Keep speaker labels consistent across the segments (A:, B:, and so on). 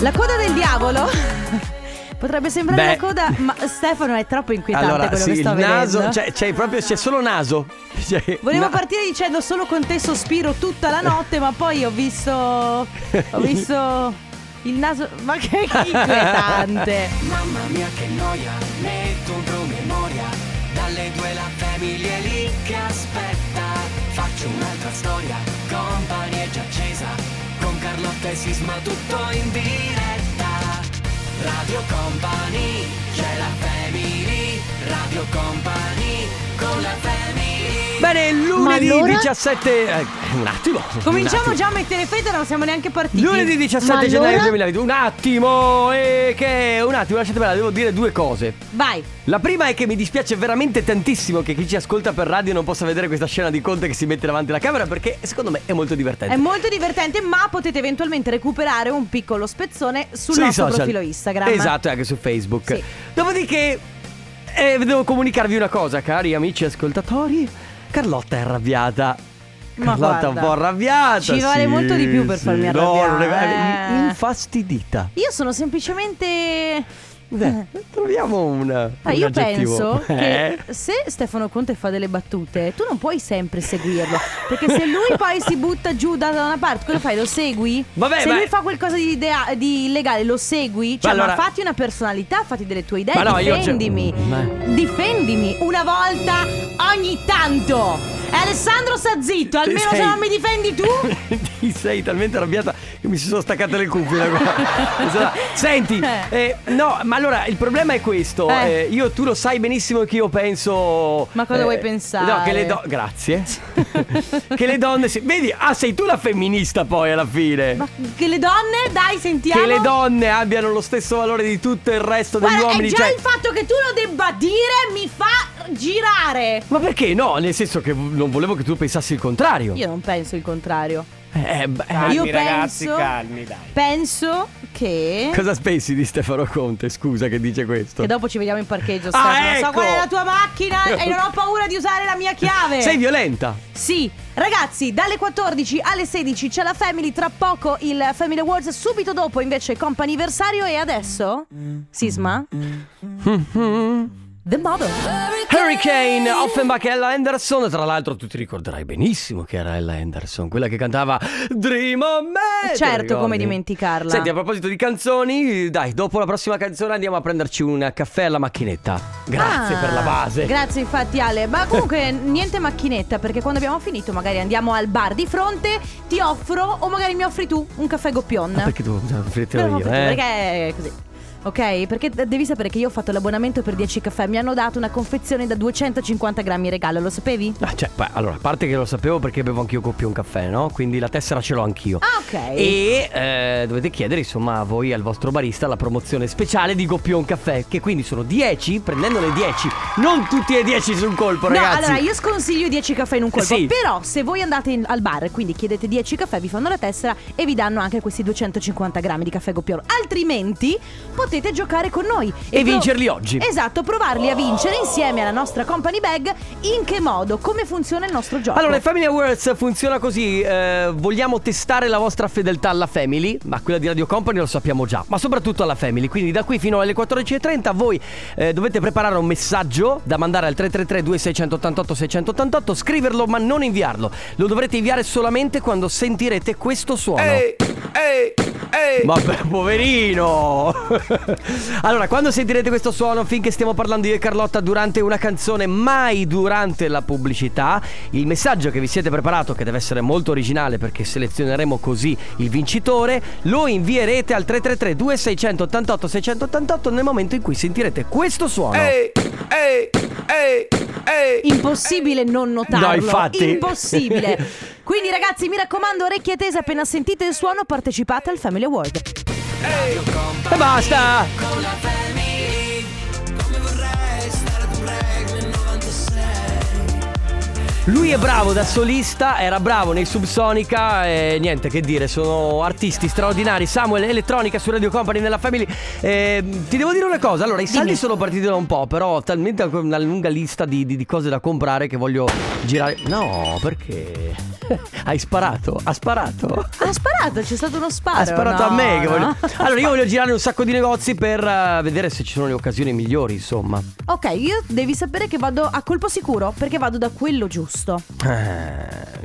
A: La coda del diavolo? Potrebbe sembrare
B: Beh.
A: la coda, ma Stefano è troppo inquietante
B: Allora,
A: quello
B: sì,
A: che
B: il
A: sto
B: naso,
A: vedendo.
B: cioè, c'è proprio, c'è solo naso. Cioè,
A: Volevo
B: na-
A: partire dicendo solo con te sospiro tutta la notte, ma poi ho visto. Ho visto. Il naso. Ma che inquietante!
C: Mamma mia che noia, metto un promemoria Dalle due la famiglia è lì che aspetta Faccio un'altra storia, compagnia è già accesa Con Carlotta e Sisma tutto in diretta Radio Company, c'è la family Radio Company, con la family
B: Bene, lunedì
D: Ma allora?
B: 17. eh, un attimo. un
A: Cominciamo
B: attimo.
A: già a mettere fede, non siamo neanche partiti.
B: Lunedì 17
D: Ma
B: gennaio
D: allora?
B: 2021. Un attimo, e che. Un attimo, lasciatemi là, devo dire due cose.
A: Vai.
B: La prima è che mi dispiace veramente tantissimo che chi ci ascolta per radio non possa vedere questa scena di Conte che si mette davanti alla camera perché secondo me è molto divertente.
A: È molto divertente, ma potete eventualmente recuperare un piccolo spezzone sul
B: Sui
A: nostro
B: social.
A: profilo Instagram.
B: Esatto, e anche su Facebook.
A: Sì.
B: Dopodiché, eh, devo comunicarvi una cosa, cari amici ascoltatori. Carlotta è arrabbiata.
A: Ma
B: Carlotta è un
A: guarda,
B: po' arrabbiata.
A: ci vuole
B: sì,
A: molto di più per
B: sì.
A: farmi
B: No, non è-
A: arrabbiare, eh.
B: Infastidita.
A: Io sono semplicemente.
B: Beh, troviamo un.
A: Eh. Ah,
B: un
A: io
B: aggettivo.
A: penso
B: Eh?
A: che se Stefano Conte fa delle battute, tu non puoi sempre seguirlo. Perché se lui poi si butta giù da da una parte, cosa fai? Lo segui?
B: Vabbè,
A: se
B: ma-
A: lui fa qualcosa di, idea- di illegale, lo segui? Cioè,
B: Ma
A: ma,
B: allora-
A: fatti una personalità, fatti delle tue idee,
B: Ma no, io- Mm,
A: difendimi.
B: Ma-
A: Difendimi una volta ogni tanto. E Alessandro sta zitto, almeno
B: Sei-
A: se non mi difendi tu.
B: Ti sei talmente arrabbiata che mi si sono staccate le cuffie. da qua. Senti,
A: Eh.
B: eh, no, ma allora il problema è questo.
A: Eh.
B: eh, io, tu lo sai benissimo che io penso. eh,
A: Ma cosa vuoi pensare?
B: No, che le donne. Grazie. che le donne. Si- Vedi, ah, sei tu la femminista poi alla fine.
A: Ma che le donne, dai, sentiamo.
B: Che le donne abbiano lo stesso valore di tutto il resto degli
A: Guarda,
B: uomini.
A: è già
B: cioè-
A: il fatto che tu lo debba dire mi fa girare.
B: Ma perché no? Nel senso che non volevo che tu pensassi il contrario.
A: Io non penso il contrario.
B: Eh, beh,
A: Io
E: Calmi ragazzi,
A: penso-
E: calmi dai.
A: Penso che.
B: Cosa pensi di Stefano Conte? Scusa che dice questo.
A: Che dopo ci vediamo in parcheggio.
B: Ah,
A: Stefano.
B: ecco!
A: So qual è la tua macchina e non ho paura di usare la mia chiave.
B: Sei violenta.
A: Sì, ragazzi, dalle 14 alle 16 c'è la Family, tra poco il Family Awards, subito dopo invece comp'anniversario e adesso Sisma
B: Mm.
A: The Model.
B: Hurricane, Offenbach e Ella Henderson. Tra l'altro, tu ti ricorderai benissimo che era Ella Henderson, quella che cantava Dream on Me.
A: Certo,
B: Ti ricordi?
A: come dimenticarla.
B: Senti, a proposito di canzoni, dai, dopo la prossima canzone andiamo a prenderci un caffè alla macchinetta. Grazie
A: Ah,
B: per la base.
A: Grazie infatti Ale. Ma comunque niente macchinetta perché quando abbiamo finito magari andiamo al bar di fronte, ti offro o magari mi offri tu un caffè goppion.
B: Ah, perché tu
A: Però
B: offrirtelo
A: non
B: io,
A: perché-
B: eh?
A: Perché è così. Ok, perché d- devi sapere che io ho fatto l'abbonamento per 10 caffè. Mi hanno dato una confezione da 250 grammi regalo, lo sapevi?
B: Ah, cioè, beh, allora, a parte che lo sapevo perché bevo anch'io coppio un caffè, no? Quindi la tessera ce l'ho anch'io.
A: Ah, ok.
B: E eh, dovete chiedere, insomma, a voi, al vostro barista, la promozione speciale di Goppion Caffè, che quindi sono 10, prendendone 10, non tutti e 10 su un colpo,
A: No,
B: ragazzi.
A: allora io sconsiglio 10 caffè in un colpo.
B: Sì.
A: Però se voi andate in- al bar, quindi chiedete 10 caffè, vi fanno la tessera e vi danno anche questi 250 grammi di caffè goppiolo. Altrimenti potete giocare con noi
B: E vincerli oggi.
A: Esatto, provarli a vincere insieme alla nostra company bag. In che modo? Come funziona il nostro gioco?
B: Allora, il Family Awards funziona così. eh, vogliamo testare la vostra fedeltà alla Family, ma quella di Radio Company lo sappiamo già, ma soprattutto alla Family. Quindi da qui fino alle 14.30 voi eh, dovete preparare un messaggio da mandare al 333-2688-688, scriverlo ma non inviarlo. Lo dovrete inviare solamente quando sentirete questo suono.
E: ehi, ehi.
B: Vabbè, poverino! allora, quando sentirete questo suono, finché stiamo parlando io e Carlotta durante una canzone, mai durante la pubblicità, il messaggio che vi siete preparato, che deve essere molto originale perché selezioneremo così il vincitore, lo invierete al 333-2688-688 nel momento in cui sentirete questo suono.
E: ehi, ehi, ehi.
A: Impossibile non notarlo.
B: No, infatti.
A: Impossibile. Quindi ragazzi, mi raccomando, orecchie tese, appena sentite il suono, partecipate al Family Award.
B: E basta! Lui è bravo da solista, era bravo nei Subsonica e niente che dire, sono artisti straordinari. Samuel Elettronica su Radio Company nella Family. Eh, ti devo dire una cosa, allora i saldi sono partiti da un po', però ho talmente ancora una lunga lista di, di- di cose da comprare che voglio girare. No, perché? Hai sparato, ha sparato.
A: Ha sparato, c'è stato uno sparo.
B: Ah, Ha sparato
A: No,
B: a me. Che
A: no.
B: voglio- Allora, io voglio girare un sacco di negozi per eh, vedere se ci sono le occasioni migliori, insomma.
A: Ok, io devi sapere che vado a colpo sicuro perché vado da quello giusto.
B: Eh,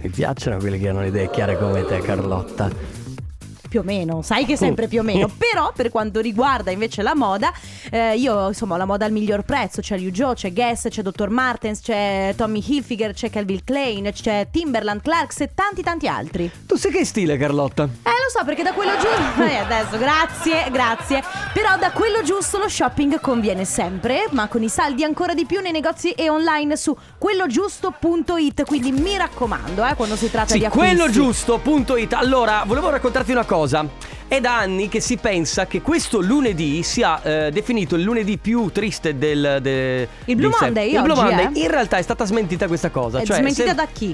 B: mi piacciono quelli che hanno le idee chiare come te, Carlotta.
A: Più o meno, sai che sempre più o meno. Però per quanto riguarda invece la moda, eh, io insomma ho la moda al miglior prezzo. C'è Liu Jo, c'è Guess, c'è Dr. Martens, c'è Tommy Hilfiger, c'è Calvin Klein, c'è Timberland, Clarks e tanti tanti altri.
B: Tu sai che stile, Carlotta?
A: Eh lo so perché da quello giusto eh, adesso grazie grazie però da quello giusto lo shopping conviene sempre ma con i saldi ancora di più nei negozi e online su quellogiusto.it quindi mi raccomando eh, quando si tratta di
B: Sì,
A: acquisti
B: quello giusto.it. Allora, volevo raccontarti una cosa. È da anni che si pensa che questo lunedì sia eh, definito il lunedì più triste del. de-
A: Il Blue
B: di sempre.
A: Monday
B: Il Blue
A: oggi,
B: Monday.
A: eh?
B: In realtà è stata smentita questa cosa.
A: È
B: cioè,
A: Eh, smentita
B: se-
A: da chi?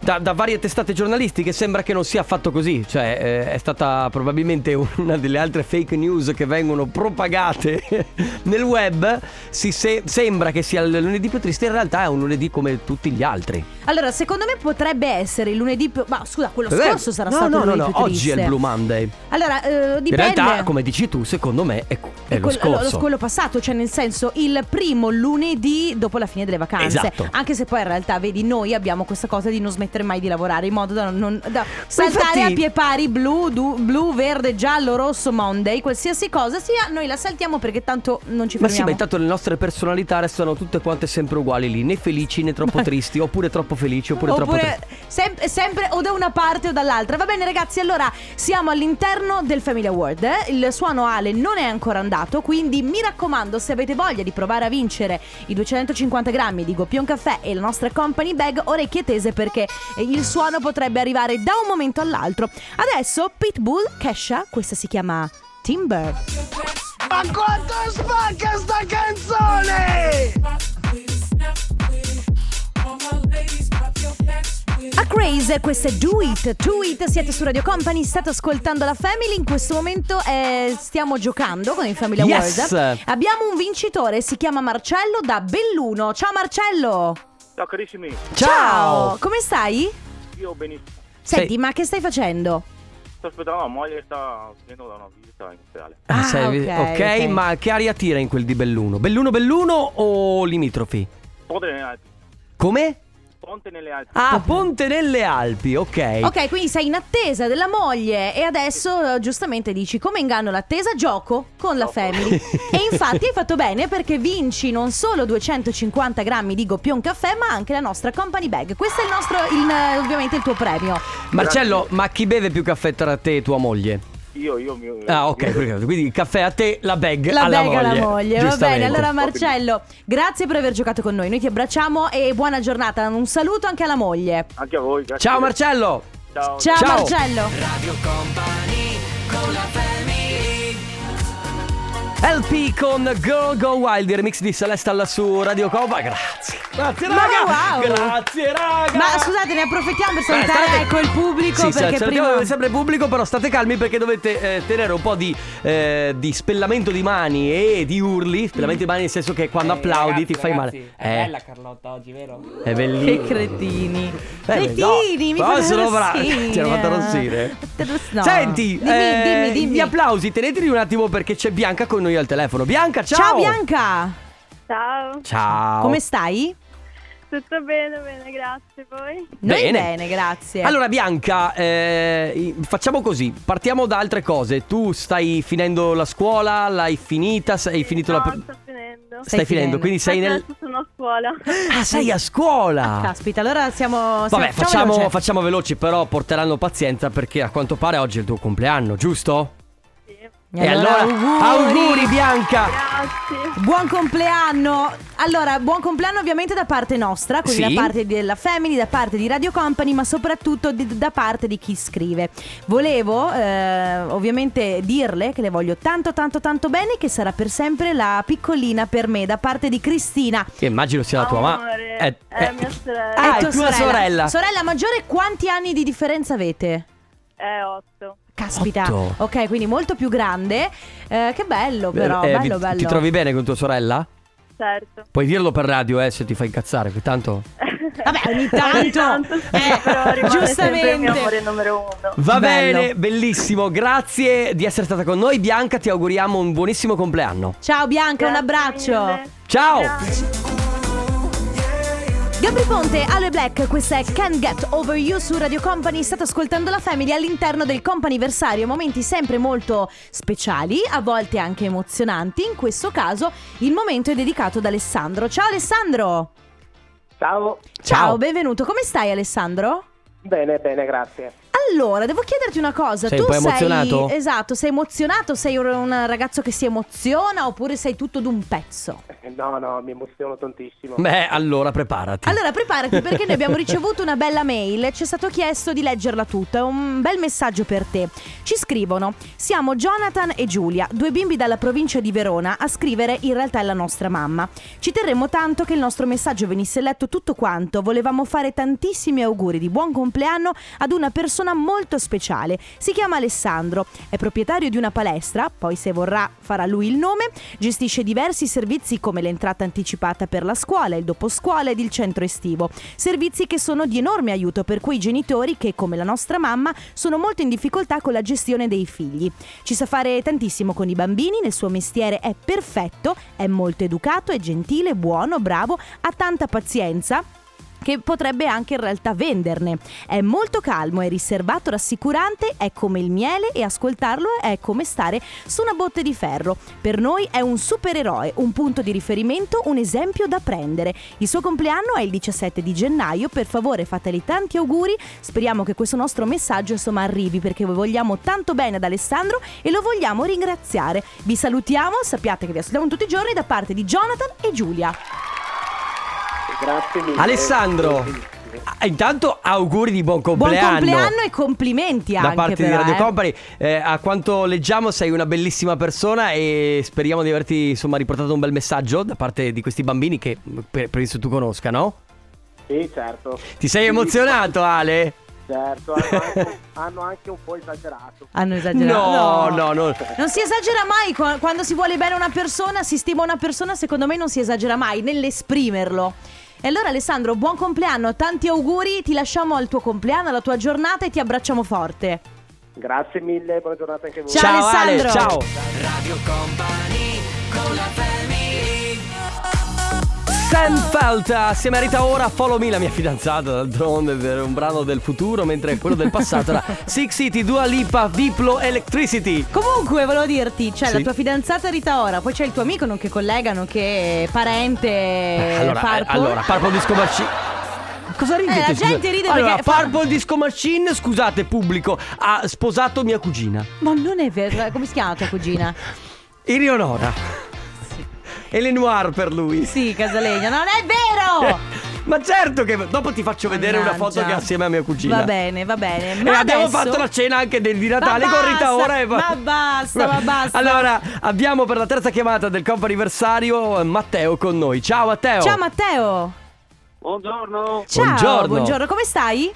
B: Da, da varie testate giornalistiche sembra che non sia affatto così, cioè eh, è stata probabilmente una delle altre fake news che vengono propagate nel web, si se- sembra che sia il lunedì più triste, in realtà è un lunedì come tutti gli altri.
A: Allora secondo me potrebbe essere il lunedì più... ma scusa quello
B: Eh,
A: scorso sarà
B: no,
A: stato
B: no,
A: il
B: no,
A: lunedì
B: no,
A: più
B: oggi è il
A: triste.
B: Blue Monday.
A: Allora eh, dipende
B: In realtà, come dici tu, secondo me è, è lo
A: Quello-
B: scorso.
A: quello passato, cioè nel senso il primo lunedì dopo la fine delle vacanze.
B: Esatto.
A: Anche se poi in realtà, vedi, noi abbiamo questa cosa di non smettere mai di lavorare in modo da non da saltare
B: infatti-
A: a pie pari blu, du- blu, verde, giallo, rosso, Monday, qualsiasi cosa sia, noi la saltiamo perché tanto non ci
B: Ma sì,
A: fermiamo.
B: ma intanto le nostre personalità restano tutte quante sempre uguali lì, né felici né troppo tristi, oppure troppo felici, oppure, troppo tristi.
A: sem- sempre o da una parte o dall'altra. Va bene, ragazzi. Allora siamo all'interno del Family Award. eh. Il suono Ale non è ancora andato. Quindi mi raccomando, se avete voglia di provare a vincere i 250 grammi di Goppion Caffè e la nostra company bag, orecchie tese perché eh, il suono potrebbe arrivare da un momento all'altro. Adesso Pitbull, Kesha, questa si chiama Timber.
E: Ma quanto spacca sta canzone!
A: A Craze, questo è Do It, Do It, siete su Radio Company, state ascoltando la Family, in questo momento eh, stiamo giocando con il Family
B: Yes!
A: Award. Abbiamo un vincitore, si chiama Marcello da Belluno. Ciao Marcello!
D: Ciao carissimi,
B: Ciao!
A: Come stai?
D: io benissimo.
A: Senti,
B: Sei-
A: ma che stai facendo?
D: Sto aspettando la moglie che sta venendo da una visita in ospedale.
A: Ah, ok,
B: ok,
A: ok.
B: ma che aria tira in quel di Belluno? Belluno Belluno o limitrofi?
D: Ponte nelle Alpi.
B: Come?
D: Ponte nelle Alpi.
B: Ah, Ponte nelle Alpi, ok.
A: Ok, quindi sei in attesa della moglie e adesso eh, giustamente dici come inganno l'attesa gioco con la
D: Gioco.
A: family. e infatti hai fatto bene perché vinci non solo 250 grammi di Goppion Caffè ma anche la nostra company bag. Questo è il nostro, il, eh, ovviamente il tuo premio.
B: Marcello, ma chi beve più caffè tra te e tua moglie?
D: Io, io, mio.
B: Ah, ok, perfetto. quindi il caffè a te, la bag
A: La
B: alla
A: bag
B: moglie.
A: alla moglie, va bene.
B: Giustamente.
A: Allora Marcello, grazie per aver giocato con noi. Noi ti abbracciamo e buona giornata. Un saluto anche alla moglie.
D: Anche a voi, grazie.
B: Ciao Marcello!
D: Ciao.
A: Ciao,
B: Ciao.
A: Marcello.
B: LP con Girl Go Wild, il remix di Celestal su Radio Cova. Grazie. Grazie
A: Ma
B: raga.
A: wow.
B: Grazie raga.
A: Ma scusate, ne approfittiamo per
B: Beh,
A: salutare
B: Cioè, state-
A: ecco il pubblico
B: Sì,
A: perché
B: sa- salutiamo
A: prima
B: sempre il pubblico, però state calmi perché dovete eh, tenere un po' di, eh, di spellamento di mani e di urli. Spellamento di mani nel senso che
A: Eh,
B: quando applaudi ti fai male.
F: Eh, È
B: Eh,
F: bella Carlotta oggi, vero?
B: È bellissimo.
A: Che cretini.
B: beh,
A: cretini,
B: no.
A: mi
B: Però
A: fate
B: sono bravi.
A: arrossire.
B: Ti hanno fatto arrossire.
A: Te lo- no.
B: Senti,
A: dimmi,
B: eh,
A: dimmi, dimmi.
B: gli applausi, teneteli un attimo perché c'è Bianca con noi al telefono. Bianca, ciao!
A: Ciao Bianca,
G: Ciao,
B: Ciao!
A: come stai?
G: tutto bene, bene, grazie. Voi?
A: Noi
B: Bene.
A: bene, grazie.
B: Allora Bianca, eh, facciamo così, partiamo da altre cose. Tu stai finendo la scuola, l'hai finita, hai finito
G: no,
B: la...
G: sto finendo.
B: Stai,
A: Esatto. Stai
B: finendo,
A: finendo. Esatto.
B: quindi sei nel...
G: Adesso sono a scuola.
B: Ah, sei a scuola!
A: Caspita, allora siamo cioè
B: Vabbè,
A: siamo-
B: facciamo,
A: veloce.
B: facciamo veloci, però porteranno pazienza perché a quanto pare oggi è il tuo compleanno, giusto?
G: Sì.
B: E allora, auguri Bianca!
G: Grazie.
A: Buon compleanno! Allora, buon compleanno ovviamente da parte nostra, quindi
B: Sì.
A: da parte della Family, da parte di Radio Company, ma soprattutto di- da parte di chi scrive. Volevo eh, ovviamente dirle che le voglio tanto tanto tanto bene, che sarà per sempre la piccolina per me, da parte di Cristina.
B: Che immagino sia la tua mamma.
G: Amore,
B: Eh,
G: è
B: eh.
G: mia sorella.
B: Ah,
A: Ecco,
B: è tua sorella.
A: Sorella maggiore, quanti anni di differenza avete?
G: È 8.
A: Caspita,
B: Otto.
A: ok, quindi molto più grande. Eh, che bello, però,
B: Eh, eh,
A: bello,
B: vi-
A: bello.
B: Ti trovi bene con tua sorella?
G: Certo.
B: Puoi dirlo per radio, eh, se ti fa incazzare, che tanto.
A: Vabbè, ogni tanto.
G: Ogni tanto sì,
A: Eh,
G: però rimane sempre il mio
A: giustamente.
G: amore numero uno.
B: Va
A: Bello.
B: bene, bellissimo, grazie di essere stata con noi. Bianca, ti auguriamo un buonissimo compleanno.
A: Ciao Bianca, un
G: Grazie
A: abbraccio.
G: mille.
B: Ciao!
G: Grazie.
A: Gabri Ponte, Ale Black, questa è Can't Get Over You su Radio Company. State ascoltando la Family all'interno del companiversario. Momenti sempre molto speciali, a volte anche emozionanti. In questo caso il momento è dedicato ad Alessandro. Ciao Alessandro!
F: Ciao.
B: Ciao.
A: benvenuto. Come stai Alessandro?
F: Bene, bene, grazie.
A: Allora, devo chiederti una cosa.
B: Sei
A: tu
B: un po'
A: sei
B: emozionato?
A: Esatto, sei emozionato? Sei un- un ragazzo che si emoziona oppure sei tutto d'un pezzo?
F: No, no, mi emoziono tantissimo.
B: Beh, allora preparati.
A: Allora preparati perché noi abbiamo ricevuto una bella mail, ci è stato chiesto di leggerla tutta, è un bel messaggio per te. Ci scrivono, siamo Jonathan e Giulia, due bimbi dalla provincia di Verona, a scrivere in realtà è la nostra mamma. Ci terremmo tanto che il nostro messaggio venisse letto tutto quanto, volevamo fare tantissimi auguri di buon compleanno ad una persona molto speciale. Si chiama Alessandro, è proprietario di una palestra, poi se vorrà farà lui il nome, gestisce diversi servizi come l'entrata anticipata per la scuola, il doposcuola ed il centro estivo, servizi che sono di enorme aiuto per quei genitori che, come la nostra mamma, sono molto in difficoltà con la gestione dei figli. Ci sa fare tantissimo con i bambini, nel suo mestiere è perfetto, è molto educato, è gentile, buono, bravo, ha tanta pazienza che potrebbe anche in realtà venderne. È molto calmo, è riservato, rassicurante, è come il miele e ascoltarlo è come stare su una botte di ferro. Per noi è un supereroe, un punto di riferimento, un esempio da prendere. Il suo compleanno è il 17 di gennaio, per favore fateli tanti auguri, speriamo che questo nostro messaggio insomma arrivi perché vi vogliamo tanto bene ad Alessandro e lo vogliamo ringraziare. Vi salutiamo, sappiate che vi ascoltiamo tutti i giorni da parte di Jonathan e Giulia.
F: Grazie mille.
B: Alessandro,
F: Sì.
B: ah, intanto auguri di buon
A: Buon
B: compleanno.
A: compleanno e complimenti
B: da
A: anche
B: parte
A: però,
B: di Radio
A: eh.
B: Company. Eh, a quanto leggiamo, sei una bellissima persona e speriamo di averti insomma riportato un bel messaggio da parte di questi bambini che mm, mh, pe- penso tu conosca, no?
F: Sì, certo.
B: Ti sei
F: Sì,
B: emozionato, Ale?
F: Certo, hanno anche, hanno anche un po' esagerato.
A: Hanno esagerato.
B: No, no, no.
A: Non si esagera mai qua- quando si vuole bene una persona, si stima una persona, secondo me non si esagera mai nell'esprimerlo. E allora Alessandro, buon compleanno, tanti auguri, ti lasciamo al tuo compleanno, alla tua giornata e ti abbracciamo forte.
F: Grazie mille, buona giornata anche a voi.
A: Ciao, Alessandro.
B: Ale, ciao. Sam Felta si merita ora Follow Me, la mia fidanzata d'altronde per un brano del futuro, mentre quello del passato era Six City, Dua Lipa, Diplo, Electricity.
A: Comunque, volevo dirti, c'è la
B: Sì.
A: tua fidanzata Rita Ora, poi c'è il tuo amico, nonché collega, nonché parente.
B: Allora, eh,
A: Parpo.
B: allora, Purple Disco Machine. Cosa ridete?
A: Eh, la
B: scusa?
A: gente ride
B: allora,
A: perché fa-
B: Purple Disco Machine, scusate pubblico, ha sposato mia cugina,
A: Ma non è vero, eh, come si chiama tua cugina?
B: Eleonora. Eleanor per lui.
A: Sì, Casalegna, non è vero!
B: Ma certo che dopo ti faccio vedere una foto
A: Mannaggia.
B: che è assieme a mia cugina.
A: Va bene, va bene.
B: e
A: Ma
B: abbiamo
A: adesso-
B: fatto la cena anche del, di Natale
A: Ma
B: con Rita
A: basta,
B: ora e
A: ma basta, ma basta.
B: Allora, abbiamo per la terza chiamata del compo anniversario eh, Matteo con noi. Ciao Matteo.
A: Ciao Matteo!
D: Buongiorno.
A: Ciao,
B: Buongiorno.
A: buongiorno, come stai?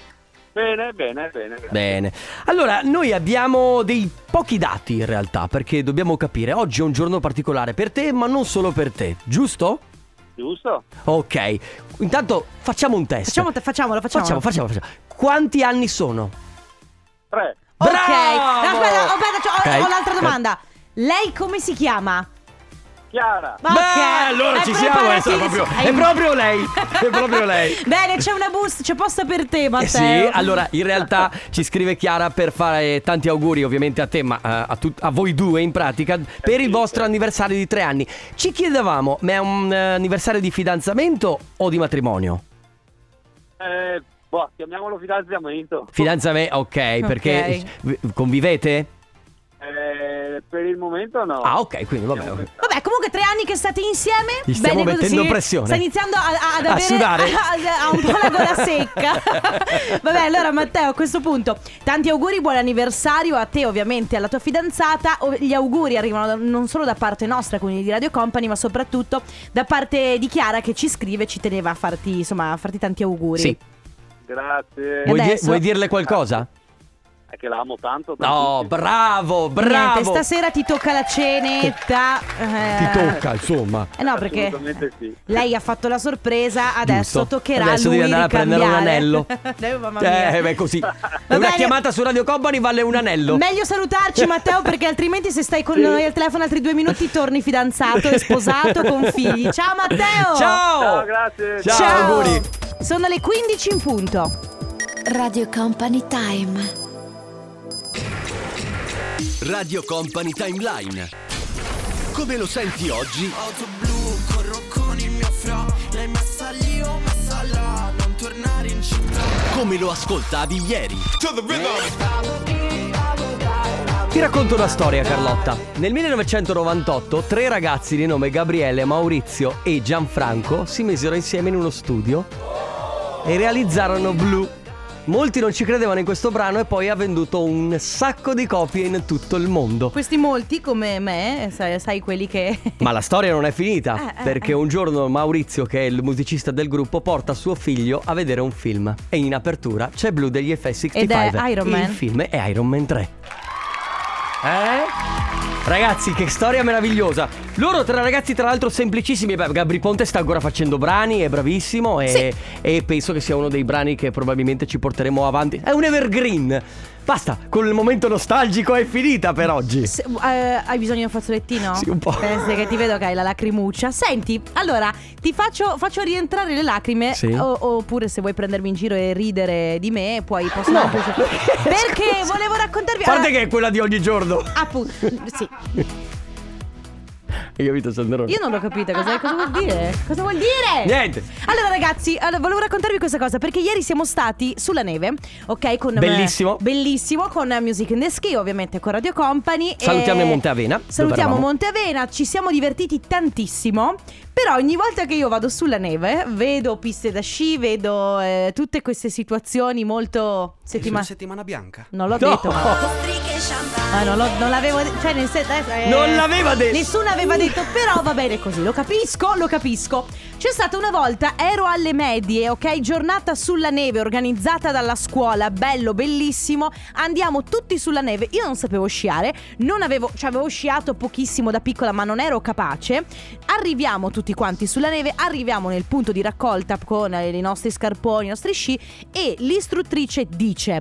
D: Bene, bene, bene. grazie.
B: Bene, allora noi abbiamo dei pochi dati in realtà perché dobbiamo capire, oggi è un giorno particolare per te ma non solo per te, giusto?
D: Giusto?
B: Ok, intanto facciamo un test.
A: Facciamo, facciamolo, facciamolo.
B: facciamo, facciamo, facciamo. Quanti anni sono?
D: Tre.
A: Ok,
B: Bravo!
A: No, aspetta, aspetta, c'ho- ho-
B: Ok.
A: ho, un'altra domanda. Lei come si chiama?
D: Chiara.
A: Ok.
B: Beh, allora
A: Eh,
B: ci siamo,
A: preparati-
B: è, stato proprio,
A: Hai-
B: è proprio lei, è proprio lei.
A: Bene, c'è una busta, c'è posta per te,
B: Eh
A: Matteo.
B: sì, allora in realtà ci scrive Chiara per fare tanti auguri ovviamente a te, ma eh, a, tut- a voi due in pratica, per il vostro anniversario di tre anni. Ci chiedevamo, ma è un eh, anniversario di fidanzamento o di matrimonio?
D: Eh, boh, chiamiamolo fidanzamento.
B: Fidanzamento, ok, perché
A: Ok.
B: eh, convivete?
D: Eh,
F: Per il momento no.
B: Ah, ok, quindi vabbè.
A: Vabbè, comunque tre anni che state insieme.
B: Gli stiamo
A: bene
B: mettendo
A: così.
B: pressione.
A: Sta iniziando a, a- ad
B: A
A: avere
B: sudare.
A: ha un po' la gola secca. Vabbè, allora Matteo, a questo punto, tanti auguri, buon anniversario a te, ovviamente, alla tua fidanzata. O- Gli auguri arrivano da- non solo da parte nostra, quindi di Radio Company, ma soprattutto da parte di Chiara che ci scrive e ci teneva a farti, insomma, a farti tanti auguri.
B: Sì.
F: Grazie.
B: Vuoi, di-
A: adesso?
B: vuoi dirle qualcosa?
D: Eh,
F: È che l'amo tanto.
B: No,
F: tantissimo.
B: bravo, bravo.
A: Niente, stasera ti tocca la cenetta.
B: Ti
A: Eh,
B: tocca, insomma.
A: Eh no, perché
F: Assolutamente sì.
A: lei ha fatto la sorpresa, adesso
B: Giusto.
A: toccherà
B: Adesso
A: a lui
B: devi andare a prendere un
A: ricambiare.
B: anello.
A: Eh, mamma mia.
B: Eh, beh, così. Una
A: bene.
B: chiamata su Radio Company vale un anello.
A: Meglio salutarci Matteo perché altrimenti se stai con noi al telefono altri due minuti torni fidanzato e sposato con figli. Ciao Matteo!
B: Ciao!
F: Ciao, grazie.
B: Ciao, auguri.
A: Sono le 15 in punto.
H: Radio Company Time.
I: Radio Company Timeline. Come lo senti oggi? Come lo ascoltavi ieri?
B: Ti racconto una storia, Carlotta. Nel 1998, tre ragazzi di nome Gabriele, Maurizio e Gianfranco si misero insieme in uno studio e realizzarono Blue. Molti non ci credevano in questo brano e poi ha venduto un sacco di copie in tutto il mondo.
A: Questi molti come me, sai, sai quelli che...
B: Ma la storia non è finita,
A: Eh, eh,
B: perché
A: eh.
B: un giorno Maurizio, che è il musicista del gruppo, porta suo figlio a vedere un film. E in apertura c'è Blue degli FS65.
A: Ed è Iron Man.
B: Il film è Iron Man 3. Eh? Ragazzi, che storia meravigliosa! Loro tre ragazzi, tra l'altro, semplicissimi. Beh, Gabri Ponte sta ancora facendo brani, è bravissimo e, e penso che sia uno dei brani che probabilmente ci porteremo avanti. È un evergreen. Basta, con il momento nostalgico è finita per oggi.
A: Se- eh, hai bisogno di un fazzolettino?
B: Sì, un po'.
A: Pensi che ti vedo che hai la lacrimuccia. Senti, allora ti faccio, faccio rientrare le lacrime.
B: Sì.
A: o- oppure se vuoi prendermi in giro e ridere di me, puoi posso
B: No,
A: anche-
B: perché-
A: Perché
B: scusa.
A: volevo raccontarvi.
B: A parte
A: allora,
B: che è quella di ogni giorno.
A: Appunto, sì.
B: Hai capito, Sandrone?
A: Io non l'ho capita. Cosa, cosa vuol dire? Cosa vuol dire?
B: Niente.
A: Allora ragazzi, allora, volevo raccontarvi questa cosa perché ieri siamo stati sulla neve, ok? Con eh,
B: Bellissimo.
A: bellissimo con eh, Music in the Ski, ovviamente con Radio Company.
B: Salutiamo
A: e-
B: Monte Avena, dove
A: Eh, Salutiamo
B: eravamo.
A: Monte Avena, ci siamo divertiti tantissimo. Però ogni volta che io vado sulla neve, vedo piste da sci, vedo eh, tutte queste situazioni molto settimana
I: settimana bianca.
A: Non l'ho
B: No.
A: detto, ma Ah, non, l'ho- non l'avevo detto. Cioè, nel senso. eh,
B: Non l'aveva detto.
A: Nessuno aveva detto, però va bene così. Lo capisco, lo capisco. C'è stata una volta, ero alle medie, ok? Giornata sulla neve organizzata dalla scuola. Bello, bellissimo. Andiamo tutti sulla neve. Io non sapevo sciare. Non avevo. Cioè, avevo sciato pochissimo da piccola, ma non ero capace. Arriviamo tutti quanti sulla neve. Arriviamo nel punto di raccolta con eh, i nostri scarponi, i nostri sci. E l'istruttrice dice.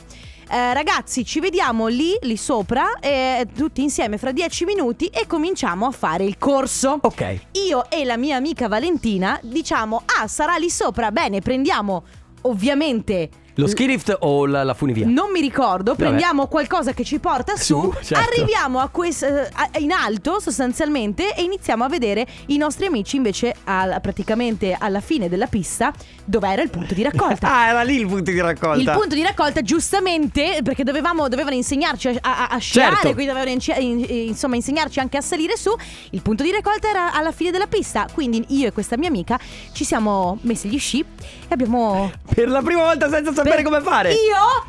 A: Eh, ragazzi, ci vediamo lì, lì sopra, eh, tutti insieme fra dieci minuti e cominciamo a fare il corso.
B: Ok.
A: Io e la mia amica Valentina diciamo, ah, sarà lì sopra, bene, prendiamo ovviamente...
B: Lo ski lift o la, la funivia?
A: Non mi ricordo,
B: Vabbè.
A: prendiamo qualcosa che ci porta su,
B: Su, certo.
A: arriviamo a quest- eh, a- in alto sostanzialmente e iniziamo a vedere i nostri amici invece al- praticamente alla fine della pista dove era il punto di raccolta.
B: Ah, era lì il punto di
A: Il
B: raccolta.
A: punto di raccolta, giustamente, perché dovevamo, dovevano insegnarci a, a- a sciare,
B: Certo.
A: quindi dovevano inci- in- insomma, insegnarci anche a salire su. Il punto di raccolta era alla fine della pista. Quindi io e questa mia amica ci siamo messi gli sci e abbiamo.
B: Per la prima volta senza sapere
A: per-
B: come fare.
A: Io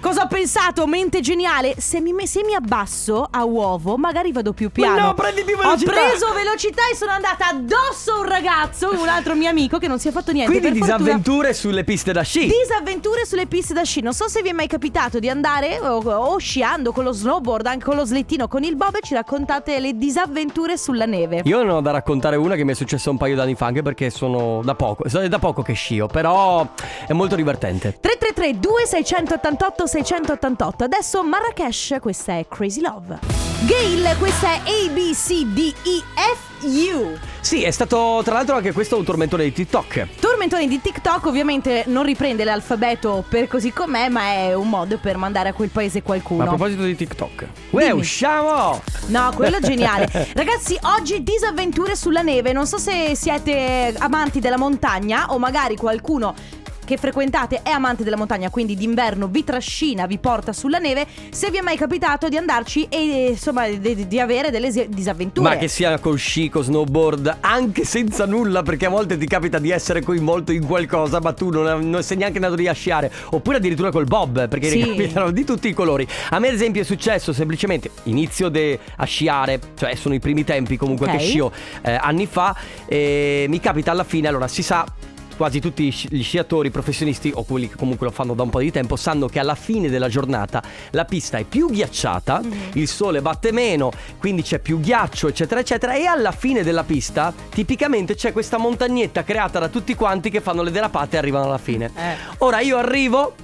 A: cosa ho pensato? Mente geniale. Se mi, me- se mi abbasso a uovo, magari vado più piano.
B: no, prendi più velocità.
A: Ho preso velocità e sono andata addosso a un ragazzo, un altro mio amico che non si è fatto niente.
B: Quindi
A: Per fortuna-
B: disavventure sulle piste da sci.
A: Disavventure sulle piste da sci. Non so se vi è mai capitato di andare o, o sciando con lo snowboard, anche con lo slittino, con il bob e ci raccontate le disavventure sulla neve.
B: Io ne ho da raccontare una che mi è successa un paio d'anni fa, anche perché sono da poco. È da poco che scio, però è molto divertente.
A: 333 2688 688 Adesso Marrakesh, questa è Crazy Love. Gail, questa è ABCDEFU.
B: Sì, è stato tra l'altro anche questo un tormentone di TikTok.
A: Tormentone di TikTok ovviamente non riprende l'alfabeto per così com'è, ma è un modo per mandare a quel paese qualcuno.
B: Ma a proposito di TikTok. Uè,
A: Dimmi.
B: usciamo!
A: No, quello è geniale. Ragazzi, oggi disavventure sulla neve. Non so se siete amanti della montagna o magari qualcuno che frequentate è amante della montagna, quindi d'inverno vi trascina, vi porta sulla neve, se vi è mai capitato di andarci e insomma di, di avere delle si- disavventure.
B: Ma che sia con sci, con snowboard, anche senza nulla, perché a volte ti capita di essere coinvolto in qualcosa, ma tu non, non sei neanche andato lì a sciare. Oppure addirittura col bob, perché
A: Sì.
B: ne capitano di tutti i colori. A me, ad esempio, è successo semplicemente inizio de- a sciare, cioè sono i primi tempi comunque
A: Ok.
B: che scio eh, anni fa. E mi capita alla fine, allora si sa. Quasi tutti gli sci- gli sciatori professionisti o quelli che comunque lo fanno da un po' di tempo sanno che alla fine della giornata la pista è più ghiacciata, il sole batte meno, quindi c'è più ghiaccio, eccetera, eccetera. E alla fine della pista, tipicamente c'è questa montagnetta creata da tutti quanti che fanno le derapate e arrivano alla fine.
A: Eh.
B: Ora io arrivo.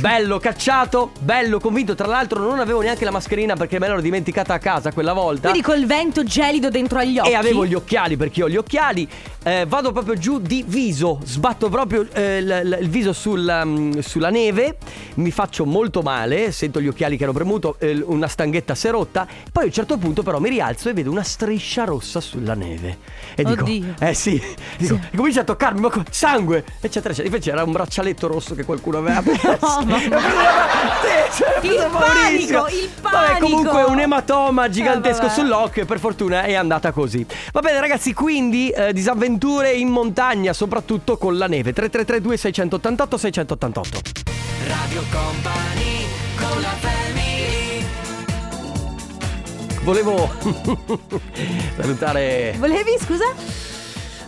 B: Bello cacciato, bello convinto. Tra l'altro, non avevo neanche la mascherina perché me l'ero dimenticata a casa quella volta.
A: Quindi col vento gelido dentro agli occhi.
B: E avevo gli occhiali perché io ho gli occhiali. eh, vado proprio giù di viso, sbatto proprio eh, l- l- il viso sulla, mm, sulla neve, mi faccio molto male, sento gli occhiali che ero premuto, eh, l- una stanghetta si è rotta. Poi a un certo punto però mi rialzo e vedo una striscia rossa sulla neve. E
A: Oddio.
B: dico, eh sì, dico, e comincia a toccarmi, ma co- sangue, eccetera, eccetera. Invece era un braccialetto rosso che qualcuno aveva perso.
A: mamma.
B: Sì, cioè,
A: Il
B: cosa paurissima.
A: panico, il
B: Vabbè, comunque
A: panico.
B: un ematoma
A: Eh,
B: gigantesco
A: vabbè.
B: sull'occhio sull'occhio e per fortuna è andata così. Va bene ragazzi, quindi eh, disavventure in montagna, soprattutto con la neve. 3332 688 688.
C: Radio Company con la family
B: Volevo salutare
A: Volevi, scusa?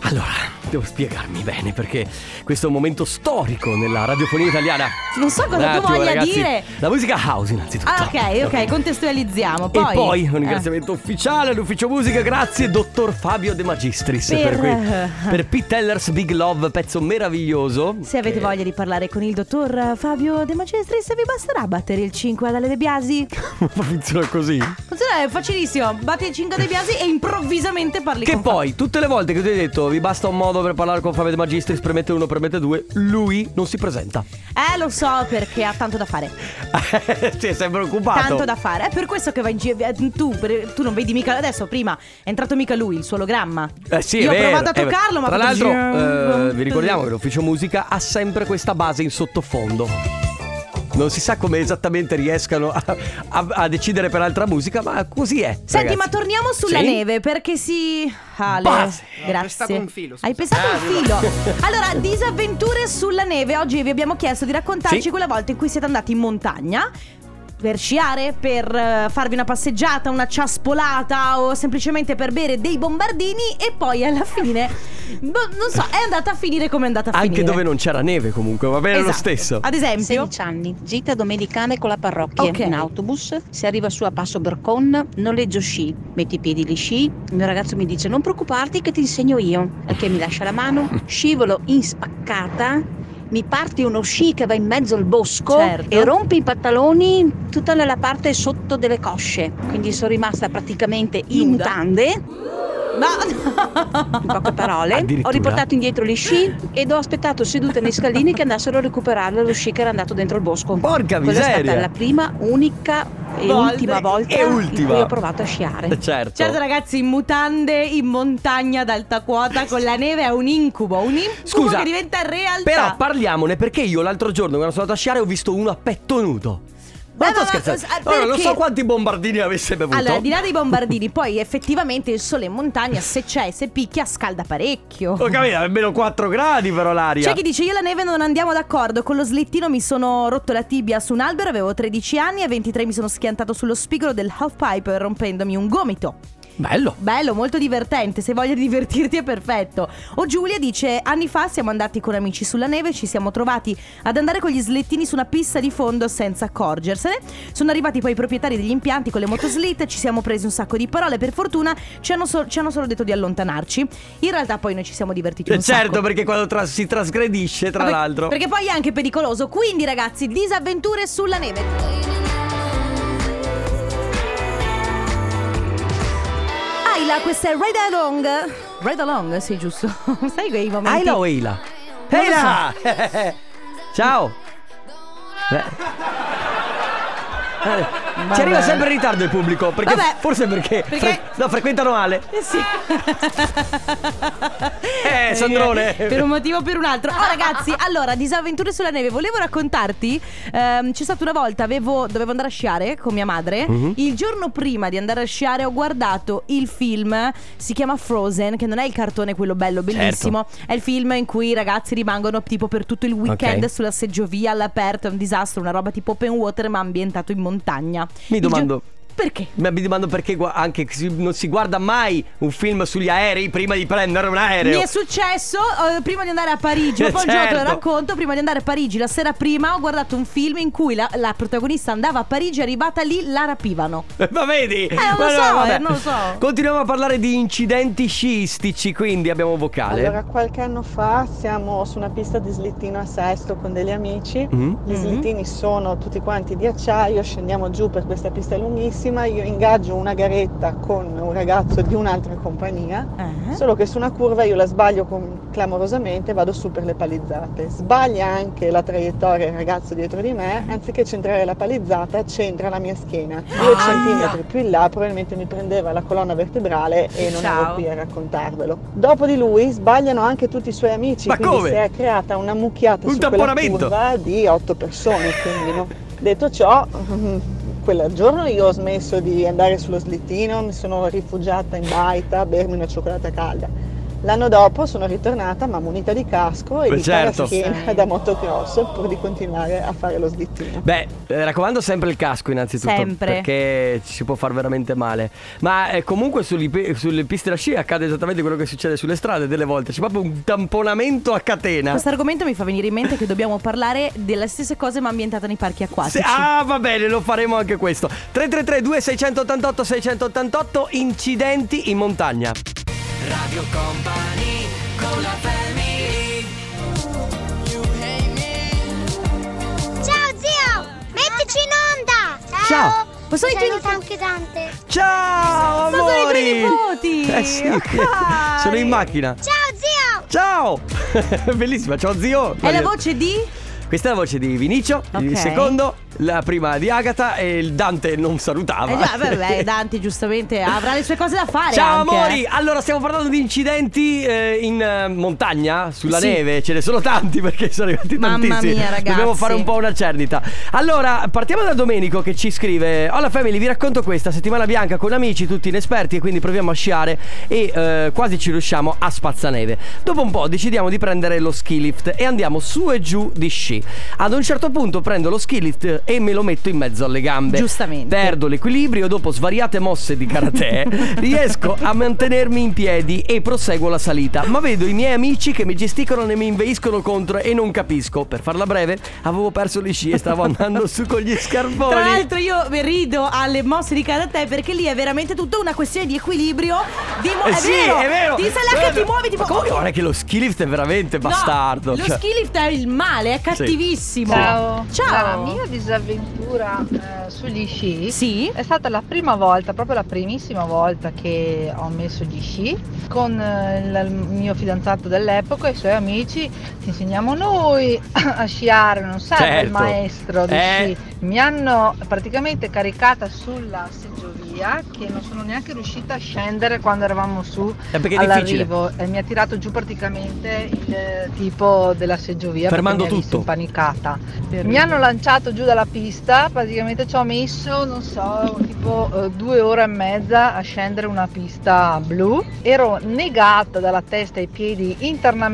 B: Allora, devo spiegarmi bene perché questo è un momento storico nella radiofonia italiana.
A: Non so cosa
B: Un
A: tu
B: attimo,
A: voglia
B: ragazzi.
A: dire.
B: La musica house innanzitutto.
A: Ah, ok, ok, contestualizziamo. Poi,
B: E poi un
A: Eh.
B: ringraziamento ufficiale all'ufficio musica, grazie dottor Fabio De Magistris per,
A: Per-
B: qui- per Pete Tellers Big Love, pezzo meraviglioso.
A: Se avete
B: Che-
A: voglia di parlare con il dottor Fabio De Magistris, vi basterà battere il 5 ad Ale De Biasi?
B: Funziona così.
A: Funziona, è facilissimo. Batti il 5 a De Biasi e improvvisamente parli
B: Che
A: con
B: poi, tutte le volte che ti ho detto vi basta un modo per parlare con Fabio De Magistris, premette uno, premette due, lui non si presenta.
A: Fabio. Eh, lo so perché ha tanto da fare.
B: Ti sei preoccupato.
A: Tanto da fare. È per questo che va in giro. eh, Tu, per- tu non vedi mica. Adesso, prima è entrato mica lui, il suo ologramma.
B: Eh sì, è
A: Io ho
B: vero,
A: provato a
B: è vero.
A: toccarlo, ma
B: Tra
A: ha fatto
B: l'altro,
A: zing.
B: eh, vi ricordiamo che l'ufficio musica ha sempre questa base in sottofondo. Non si sa come esattamente riescano a, a- a decidere per altra musica, ma così è.
A: Senti,
B: ragazzi.
A: ma torniamo sulla
B: Sì?
A: neve perché si. Ale,
B: Basta.
A: grazie. Hai pensato
B: Eh,
A: un filo. Allora, disavventure sulla neve. Oggi vi abbiamo chiesto di raccontarci
B: Sì.
A: quella volta in cui siete andati in montagna. Per sciare, per eh, farvi una passeggiata, una ciaspolata o semplicemente per bere dei bombardini e poi alla fine, boh, non so, è andata a finire come è andata a
B: Anche
A: finire.
B: dove non c'era neve, comunque, va bene
A: Esatto.
B: lo stesso.
A: Ad esempio,
J: 16 anni, gita domenicale con la parrocchia,
A: Ok.
J: in autobus, si arriva su a Passo Bercon, noleggio sci, metti i piedi gli sci, il mio ragazzo mi dice non preoccuparti che ti insegno io, perché mi lascia la mano, scivolo in spaccata, mi parte uno sci che va in mezzo al bosco
A: Certo.
J: e rompe i pantaloni tutta la parte sotto delle cosce, quindi sono rimasta praticamente in
A: Nuda.
J: mutande
A: ma
J: in poche parole.
B: Addirittura.
J: Ho riportato indietro gli sci ed ho aspettato seduta nei scalini che andassero a recuperare lo sci che era andato dentro il bosco.
B: Porca
J: Quella è stata
B: miseria.
J: la prima, unica e
A: Volta-
J: ultima volta
B: e
J: in
B: ultima.
J: cui ho provato a sciare.
B: Certo.
A: Certo ragazzi, in mutande in montagna ad alta quota con la neve è un incubo, un incubo
B: Scusa,
A: che diventa realtà.
B: Però parliamone perché io l'altro giorno quando sono andato a sciare ho visto uno a petto nudo.
A: Beh,
B: Ma sto
A: Eh, ma-
B: scherzando.
A: ma-
B: Allora, non
A: perché-
B: so quanti bombardini avesse bevuto.
A: Allora, al di là dei bombardini, poi effettivamente il sole in montagna, se c'è, se picchia, scalda parecchio.
B: Ho capito, almeno 4 gradi però l'aria.
A: C'è chi dice io e la neve non andiamo d'accordo, con lo slittino mi sono rotto la tibia su un albero, avevo 13 anni e a 23 mi sono schiantato sullo spigolo del half pipe rompendomi un gomito.
B: Bello.
A: Bello, molto divertente, se voglia divertirti è perfetto. O Giulia dice, anni fa siamo andati con amici sulla neve, ci siamo trovati ad andare con gli slettini su una pista di fondo senza accorgersene. Sono arrivati poi i proprietari degli impianti con le motoslit, ci siamo presi un sacco di parole, per fortuna ci hanno, so- ci hanno solo detto di allontanarci. In realtà poi noi ci siamo divertiti
B: Eh,
A: un
B: certo,
A: sacco.
B: perché quando tra- si trasgredisce, tra
A: Ma per-
B: l'altro.
A: Perché poi è anche pericoloso. Quindi, ragazzi, disavventure sulla neve. Ayla, questa è Ride Along. Ride Along, sì, giusto. Sai quei momenti.
B: Aila o Eila?
A: Non lo
B: Eila! Ciao! Beh. Eh, Ci arriva sempre in ritardo il pubblico. Perché
A: Vabbè.
B: Forse perché. fre-
A: Perché-
B: no, frequentano male.
A: Eh sì.
B: Eh, Sandrone.
A: Per un motivo o per un altro. Oh, ragazzi, allora, disavventure sulla neve. Volevo raccontarti. ehm, c'è stata una volta, avevo- dovevo andare a sciare con mia madre.
B: Mhm.
A: Il giorno prima di andare a sciare ho guardato il film, si chiama Frozen, che non è il cartone quello bello,
B: Certo.
A: bellissimo. È il film in cui i ragazzi rimangono tipo per tutto il weekend
B: Ok.
A: sulla seggiovia all'aperto. È un disastro, una roba tipo open water, ma ambientato in montagna.
B: Mi
A: Il gio-
B: domando.
A: Perché?
B: Ma mi domando perché gua- anche si- non si guarda mai un film sugli aerei prima di prendere un aereo.
A: Mi è successo eh, prima di andare a Parigi. Ma poi il giorno te lo
B: Certo.
A: racconto. Prima di andare a Parigi, la sera prima ho guardato un film in cui la, la protagonista andava a Parigi, arrivata lì, la rapivano.
B: Ma vedi?
A: non
B: Ma
A: lo
B: no,
A: so,
B: vabbè.
A: eh, non lo so.
B: Continuiamo a parlare di incidenti sciistici, quindi abbiamo vocale.
K: Allora, qualche anno fa siamo su una pista di slittino a Sesto con degli amici.
B: Mm?
K: Gli
A: Mhm.
K: slittini sono tutti quanti di acciaio, scendiamo giù per questa pista lunghissima, io ingaggio una garetta con un ragazzo di un'altra compagnia,
A: Eh?
K: solo che su una curva io la sbaglio con- clamorosamente e vado su per le palizzate. Sbaglia anche la traiettoria il ragazzo dietro di me, anziché centrare la palizzata centra la mia schiena. Due
L: Ah.
A: Aia.
K: centimetri più in là probabilmente mi prendeva la colonna vertebrale e non
A: Ciao.
K: ero qui a raccontarvelo. Dopo di lui sbagliano anche tutti i suoi amici,
B: Ma
K: quindi
B: come?
K: si è creata una mucchiata
B: Un
K: su quella
B: tamponamento.
K: curva di otto persone, quindi no. Detto ciò, quel giorno io ho smesso di andare sullo slittino, mi sono rifugiata in baita a bermi una cioccolata calda. L'anno dopo sono ritornata ma munita di casco e
B: Beh,
K: di
B: certo.
K: schiena da motocross pur di continuare a fare lo slittino.
B: Beh, eh, raccomando sempre il casco innanzitutto
A: Sempre.
B: Perché ci si può far veramente male Ma eh, comunque sugli pi- sulle piste da sci accade esattamente quello che succede sulle strade delle volte C'è proprio un tamponamento a catena
A: Questo argomento mi fa venire in mente che dobbiamo parlare delle stesse cose, ma ambientate nei parchi
B: Se-
A: acquatici.
B: ah, va bene, lo faremo anche questo. 333 2688 688 incidenti in montagna.
M: Ciao zio, mettici in onda.
B: Ciao.
A: Ma sono i tuoi nipoti?
M: anche Dante.
B: Ciao,
A: Ma sono i Ah, tuoi
B: amori.
A: nipoti!
B: Eh sì,
A: Dai!
B: sono in macchina.
M: Ciao zio.
B: Ciao! Bellissima, ciao zio.
A: È la voce di?
B: Questa è la voce di Vinicio,
A: Ok.
B: il secondo, la prima di Agata e il Dante non salutava.
A: Eh già, vabbè, Dante giustamente avrà le sue cose da fare.
B: Ciao
A: anche. eh.
B: amori! Allora stiamo parlando di incidenti eh, in eh, montagna, sulla
A: Sì.
B: neve, ce ne sono tanti perché sono arrivati
A: Mamma
B: tantissimi.
A: mia, ragazzi.
B: Dobbiamo fare un po' una cernita. Allora, partiamo da Domenico che ci scrive: Hola family, vi racconto questa settimana bianca con amici tutti inesperti, quindi proviamo a sciare e eh, quasi ci riusciamo a spazzaneve. Dopo un po' decidiamo di prendere lo ski lift e andiamo su e giù di sci. Ad un certo punto prendo lo ski lift e me lo metto in mezzo alle gambe.
A: Giustamente.
B: Perdo l'equilibrio dopo svariate mosse di karate, riesco a mantenermi in piedi e proseguo la salita. Ma vedo i miei amici che mi gesticolano e mi inveiscono contro e non capisco. Per farla breve, avevo perso le sci e stavo andando su con gli
A: Tra
B: scarponi.
A: l'altro io mi rido alle mosse di karate perché lì è veramente tutta una questione di equilibrio. Di mo-
B: Eh sì, è vero.
A: Ti sei là che ti muovi tipo
B: Ma come guarda che lo ski lift è veramente
A: No,
B: bastardo.
A: lo
B: cioè.
A: ski lift è il male, è cattivissimo.
L: Ciao.
A: Ciao.
L: La mia disavventura eh, sugli sci
A: Sì.
L: è stata la prima volta, proprio la primissima volta che ho messo gli sci con eh, il il mio fidanzato dell'epoca e i suoi amici. Ti insegniamo noi a sciare, non serve
N: Certo.
L: il maestro di
N: Eh.
L: sci. Mi hanno praticamente caricata sulla seggiovia che non sono neanche riuscita a scendere quando eravamo su
B: Eh, perché è difficile.
L: all'arrivo e mi ha tirato giù praticamente il eh, tipo della seggiovia
B: Fermando
L: perché mi ha visto
B: tutto.
L: impanicata. Mi hanno lanciato giù dalla pista, praticamente ci ho messo, non so, tipo eh, due ore e mezza a scendere una pista blu. Ero negata dalla testa ai piedi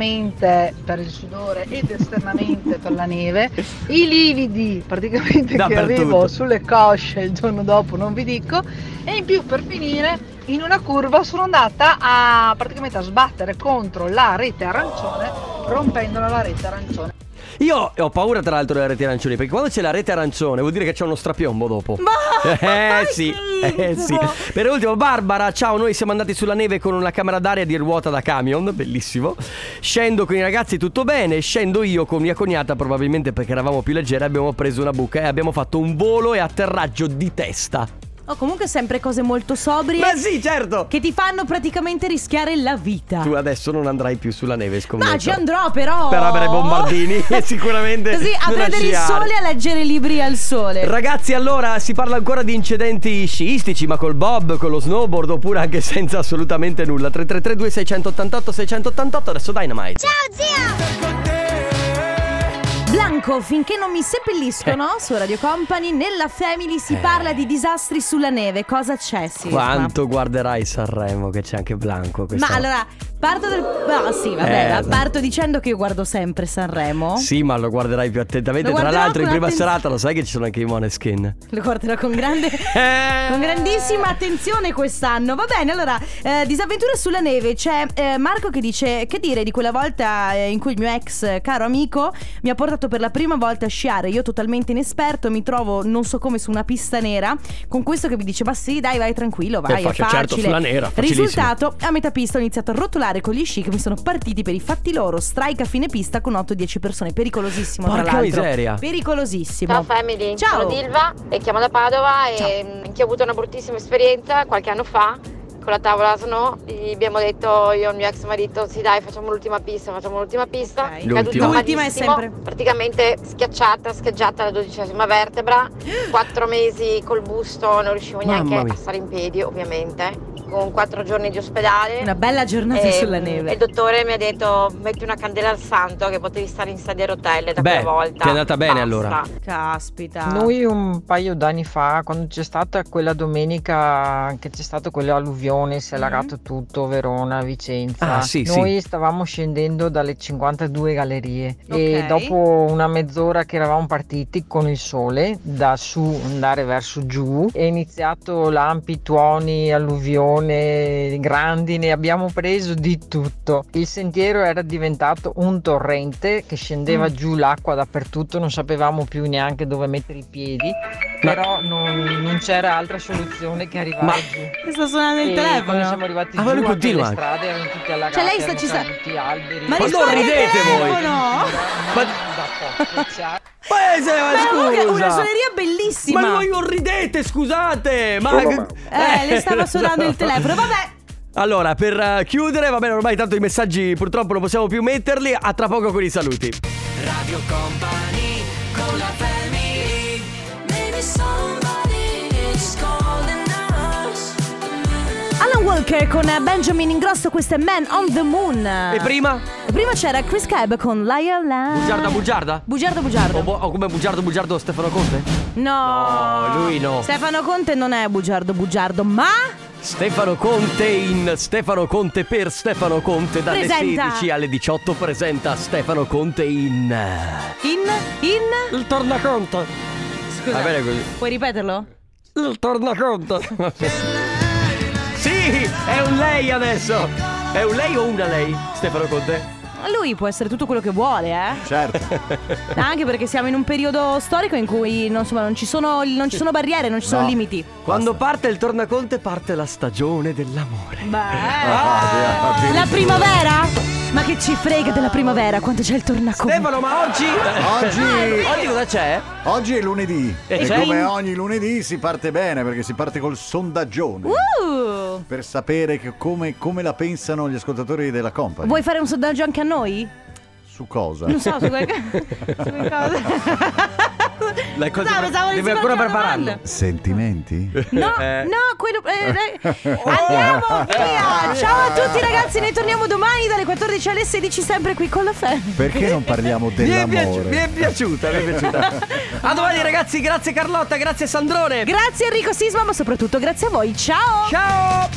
L: internamente per il sudore ed esternamente per la neve. I lividi praticamente che
N: Dappertutto.
L: avevo sulle cosce il giorno dopo, non vi dico. E in più per finire... In una curva sono andata a praticamente a sbattere contro la rete arancione, rompendola la rete arancione.
B: Io ho paura tra l'altro delle reti arancioni perché quando c'è la rete arancione vuol dire che c'è uno strapiombo dopo.
A: Ah,
B: eh sì, eh sì. Per ultimo Barbara, ciao, noi siamo andati sulla neve con una camera d'aria di ruota da camion, bellissimo. Scendo con i ragazzi tutto bene, scendo io con mia cognata probabilmente perché eravamo più leggeri, abbiamo preso una buca e abbiamo fatto un volo e atterraggio di testa.
A: O comunque sempre cose molto sobrie.
B: Ma sì, certo.
A: Che ti fanno praticamente rischiare la vita.
B: Tu adesso non andrai più sulla neve, scommetto.
A: Ma ci andrò però.
B: Per avere bombardini, sicuramente.
A: Così a
B: non
A: prendere il
B: sciare.
A: sole e a leggere libri al sole.
B: Ragazzi, allora si parla ancora di incidenti sciistici, ma col bob, con lo snowboard oppure anche senza assolutamente nulla. 3332 688 688 adesso Dynamite.
M: Ciao zio!
A: Blanco, finché non mi seppelliscono su Radio Company, nella Family si
B: Eh.
A: parla di disastri sulla neve. Cosa c'è, Sisma?
B: Quanto guarderai Sanremo che c'è anche Blanco questa...
A: Ma allora, parto del... No, sì,
B: Eh,
A: vabbè,
B: dai.
A: parto dicendo che io guardo sempre Sanremo.
B: Sì, ma lo guarderai più attentamente.
A: oh. Lo
B: Tra
A: guarderò
B: l'altro, in
A: con
B: prima
A: attenzione.
B: serata lo sai che ci sono anche i Moneskin.
A: Lo guarderò con grande...
B: Eh.
A: Con grandissima attenzione quest'anno. Va bene, allora, eh, disavventure sulla neve. C'è eh, Marco che dice: Che dire di quella volta eh, in cui il mio ex eh, caro amico mi ha portato per la prima volta a sciare. Io totalmente inesperto, mi trovo non so come su una pista nera. Con questo che mi dice: Ma sì, dai, vai tranquillo, vai.
B: Eh, faccio-
A: è
B: certo,
A: facile.
B: sulla nera, facilissimo.
A: Risultato: a metà pista ho iniziato a rotolare con gli sci che mi sono partiti per i fatti loro. Strike a fine pista con 8-10 persone. Pericolosissimo,
B: Porca
A: tra l'altro.
B: miseria.
A: Pericolosissimo.
N: Ciao family,
A: Ciao.
N: sono Dilva e chiamo da Padova e mm, anch'io ho avuto una bruttissima esperienza qualche anno fa con la tavola snow, gli abbiamo detto io e il mio ex marito sì dai facciamo l'ultima pista, facciamo l'ultima pista,
A: L'ultima.
N: Caduta
A: L'ultima è
N: malissimo,
A: sempre.
N: praticamente schiacciata, scheggiata la dodicesima vertebra, quattro mesi col busto, non riuscivo
A: Mamma
N: neanche
A: mia.
N: a stare in piedi ovviamente, con quattro giorni di ospedale.
A: Una bella giornata
N: E,
L: Eh,
A: sulla
N: mm,
A: neve.
N: e Il dottore mi ha detto metti una candela al santo che potevi stare in sedia a rotelle da
B: Beh,
N: quella volta.
B: ti è andata bene
N: Basta.
B: allora.
A: Caspita.
O: Noi un paio d'anni fa, quando c'è stata quella domenica, che c'è stato quell'alluvione, si è lagato tutto, Verona, Vicenza,
B: Ah, sì, sì.
O: noi stavamo scendendo dalle 52 gallerie e
P: Ok.
O: dopo una mezz'ora che eravamo partiti con il sole, da su andare verso giù, è iniziato lampi, tuoni, alluvione, grandine, abbiamo preso di tutto. Il sentiero era diventato un torrente che scendeva
P: Mm.
O: giù l'acqua dappertutto, non sapevamo più neanche dove mettere i piedi, però non, non c'era altra soluzione che arrivare
B: Ma-
O: giù.
A: Sta suonando il
O: E
A: telefono.
O: quando siamo arrivati
B: Ah, ma
O: giù,
B: lui
O: anche
B: continua
O: le
B: anche.
O: strade erano tutte allagate,
A: Cioè lei sta
O: erano
A: ci sta.
O: tutti alberi.
A: Ma
B: Ma non
A: rispondi al
B: ridete voi.
A: telefono!
B: Ma... Ma, eh, se- ma
A: Ma comunque
B: scusa.
A: è una suoneria bellissima.
B: Ma voi non ridete, scusate. Ma...
A: Solo Mauro. Eh, le stava suonando il telefono, vabbè.
B: Allora, per eh, chiudere, va bene, ormai tanto i messaggi purtroppo non possiamo più metterli. A tra poco con i saluti.
C: Radio Company con la family. Maybe somebody is calling us.
A: Alan Walker con Benjamin Ingrosso, questo è Man on the Moon.
B: E prima?
A: Prima c'era Chris Cab con Lyle Land.
B: Bugiarda, bugiarda?
A: Bugiardo, bugiardo.
B: O, bu- o come bugiardo, bugiardo Stefano Conte?
A: No.
B: No, lui no.
A: Stefano Conte non è bugiardo, bugiardo, ma.
B: Stefano Conte in Stefano Conte per Stefano Conte dalle
A: Presenta.
B: 16 alle 18 presenta Stefano Conte in...
A: In. In.
B: Il tornaconto.
A: Scusa.
B: Va bene così.
A: Puoi ripeterlo?
B: Il tornaconto. sì, è un lei adesso. È un lei o una lei, Stefano Conte?
A: Lui può essere tutto quello che vuole, eh.
B: Certo.
A: Anche perché siamo in un periodo storico in cui non, insomma, non, ci, sono, non ci sono barriere, non ci sono
B: No.
A: limiti.
B: Quando parte il tornaconte parte la stagione dell'amore. Ah,
Q: Ah,
A: La primavera? Ma che ci frega della primavera quando c'è il tornaconte?
B: Stefano, ma oggi.
Q: Oggi-
B: Oggi cosa c'è?
Q: Oggi è lunedì
B: E
A: Eh,
Q: e,
B: c'è
Q: come
B: in-
Q: ogni lunedì si parte bene perché si parte col sondaggione
A: Uh!
Q: per sapere che come, come la pensano gli ascoltatori della company.
A: Vuoi fare un sondaggio anche a noi?
Q: Su cosa?
A: Non so, su quel- su quel cosa.
B: La
A: No, pensavo
B: devi
A: avessi
B: ancora
A: qualche
B: prepararlo.
Q: Sentimenti?
A: No,
B: Eh.
A: no, quello. eh, eh, Andiamo
B: Eh.
A: via! Ciao a tutti ragazzi, noi torniamo domani dalle 14 alle 16 sempre qui con la Family.
Q: Perché non parliamo dell'amore?
B: Mi è piaciuta, mi è piaciuta. a domani, ragazzi, grazie Carlotta, grazie Sandrone.
A: Grazie Enrico Sisma, ma soprattutto grazie a voi. Ciao!
B: Ciao!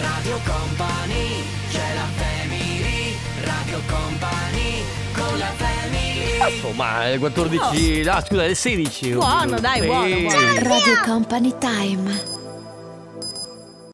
C: Radio Company, c'è la family. Radio Company con la family.
B: Insomma, è 14. Ah, scusa, è 16.
H: Buono, dai, buono,
B: Sì.
H: Radio Company Time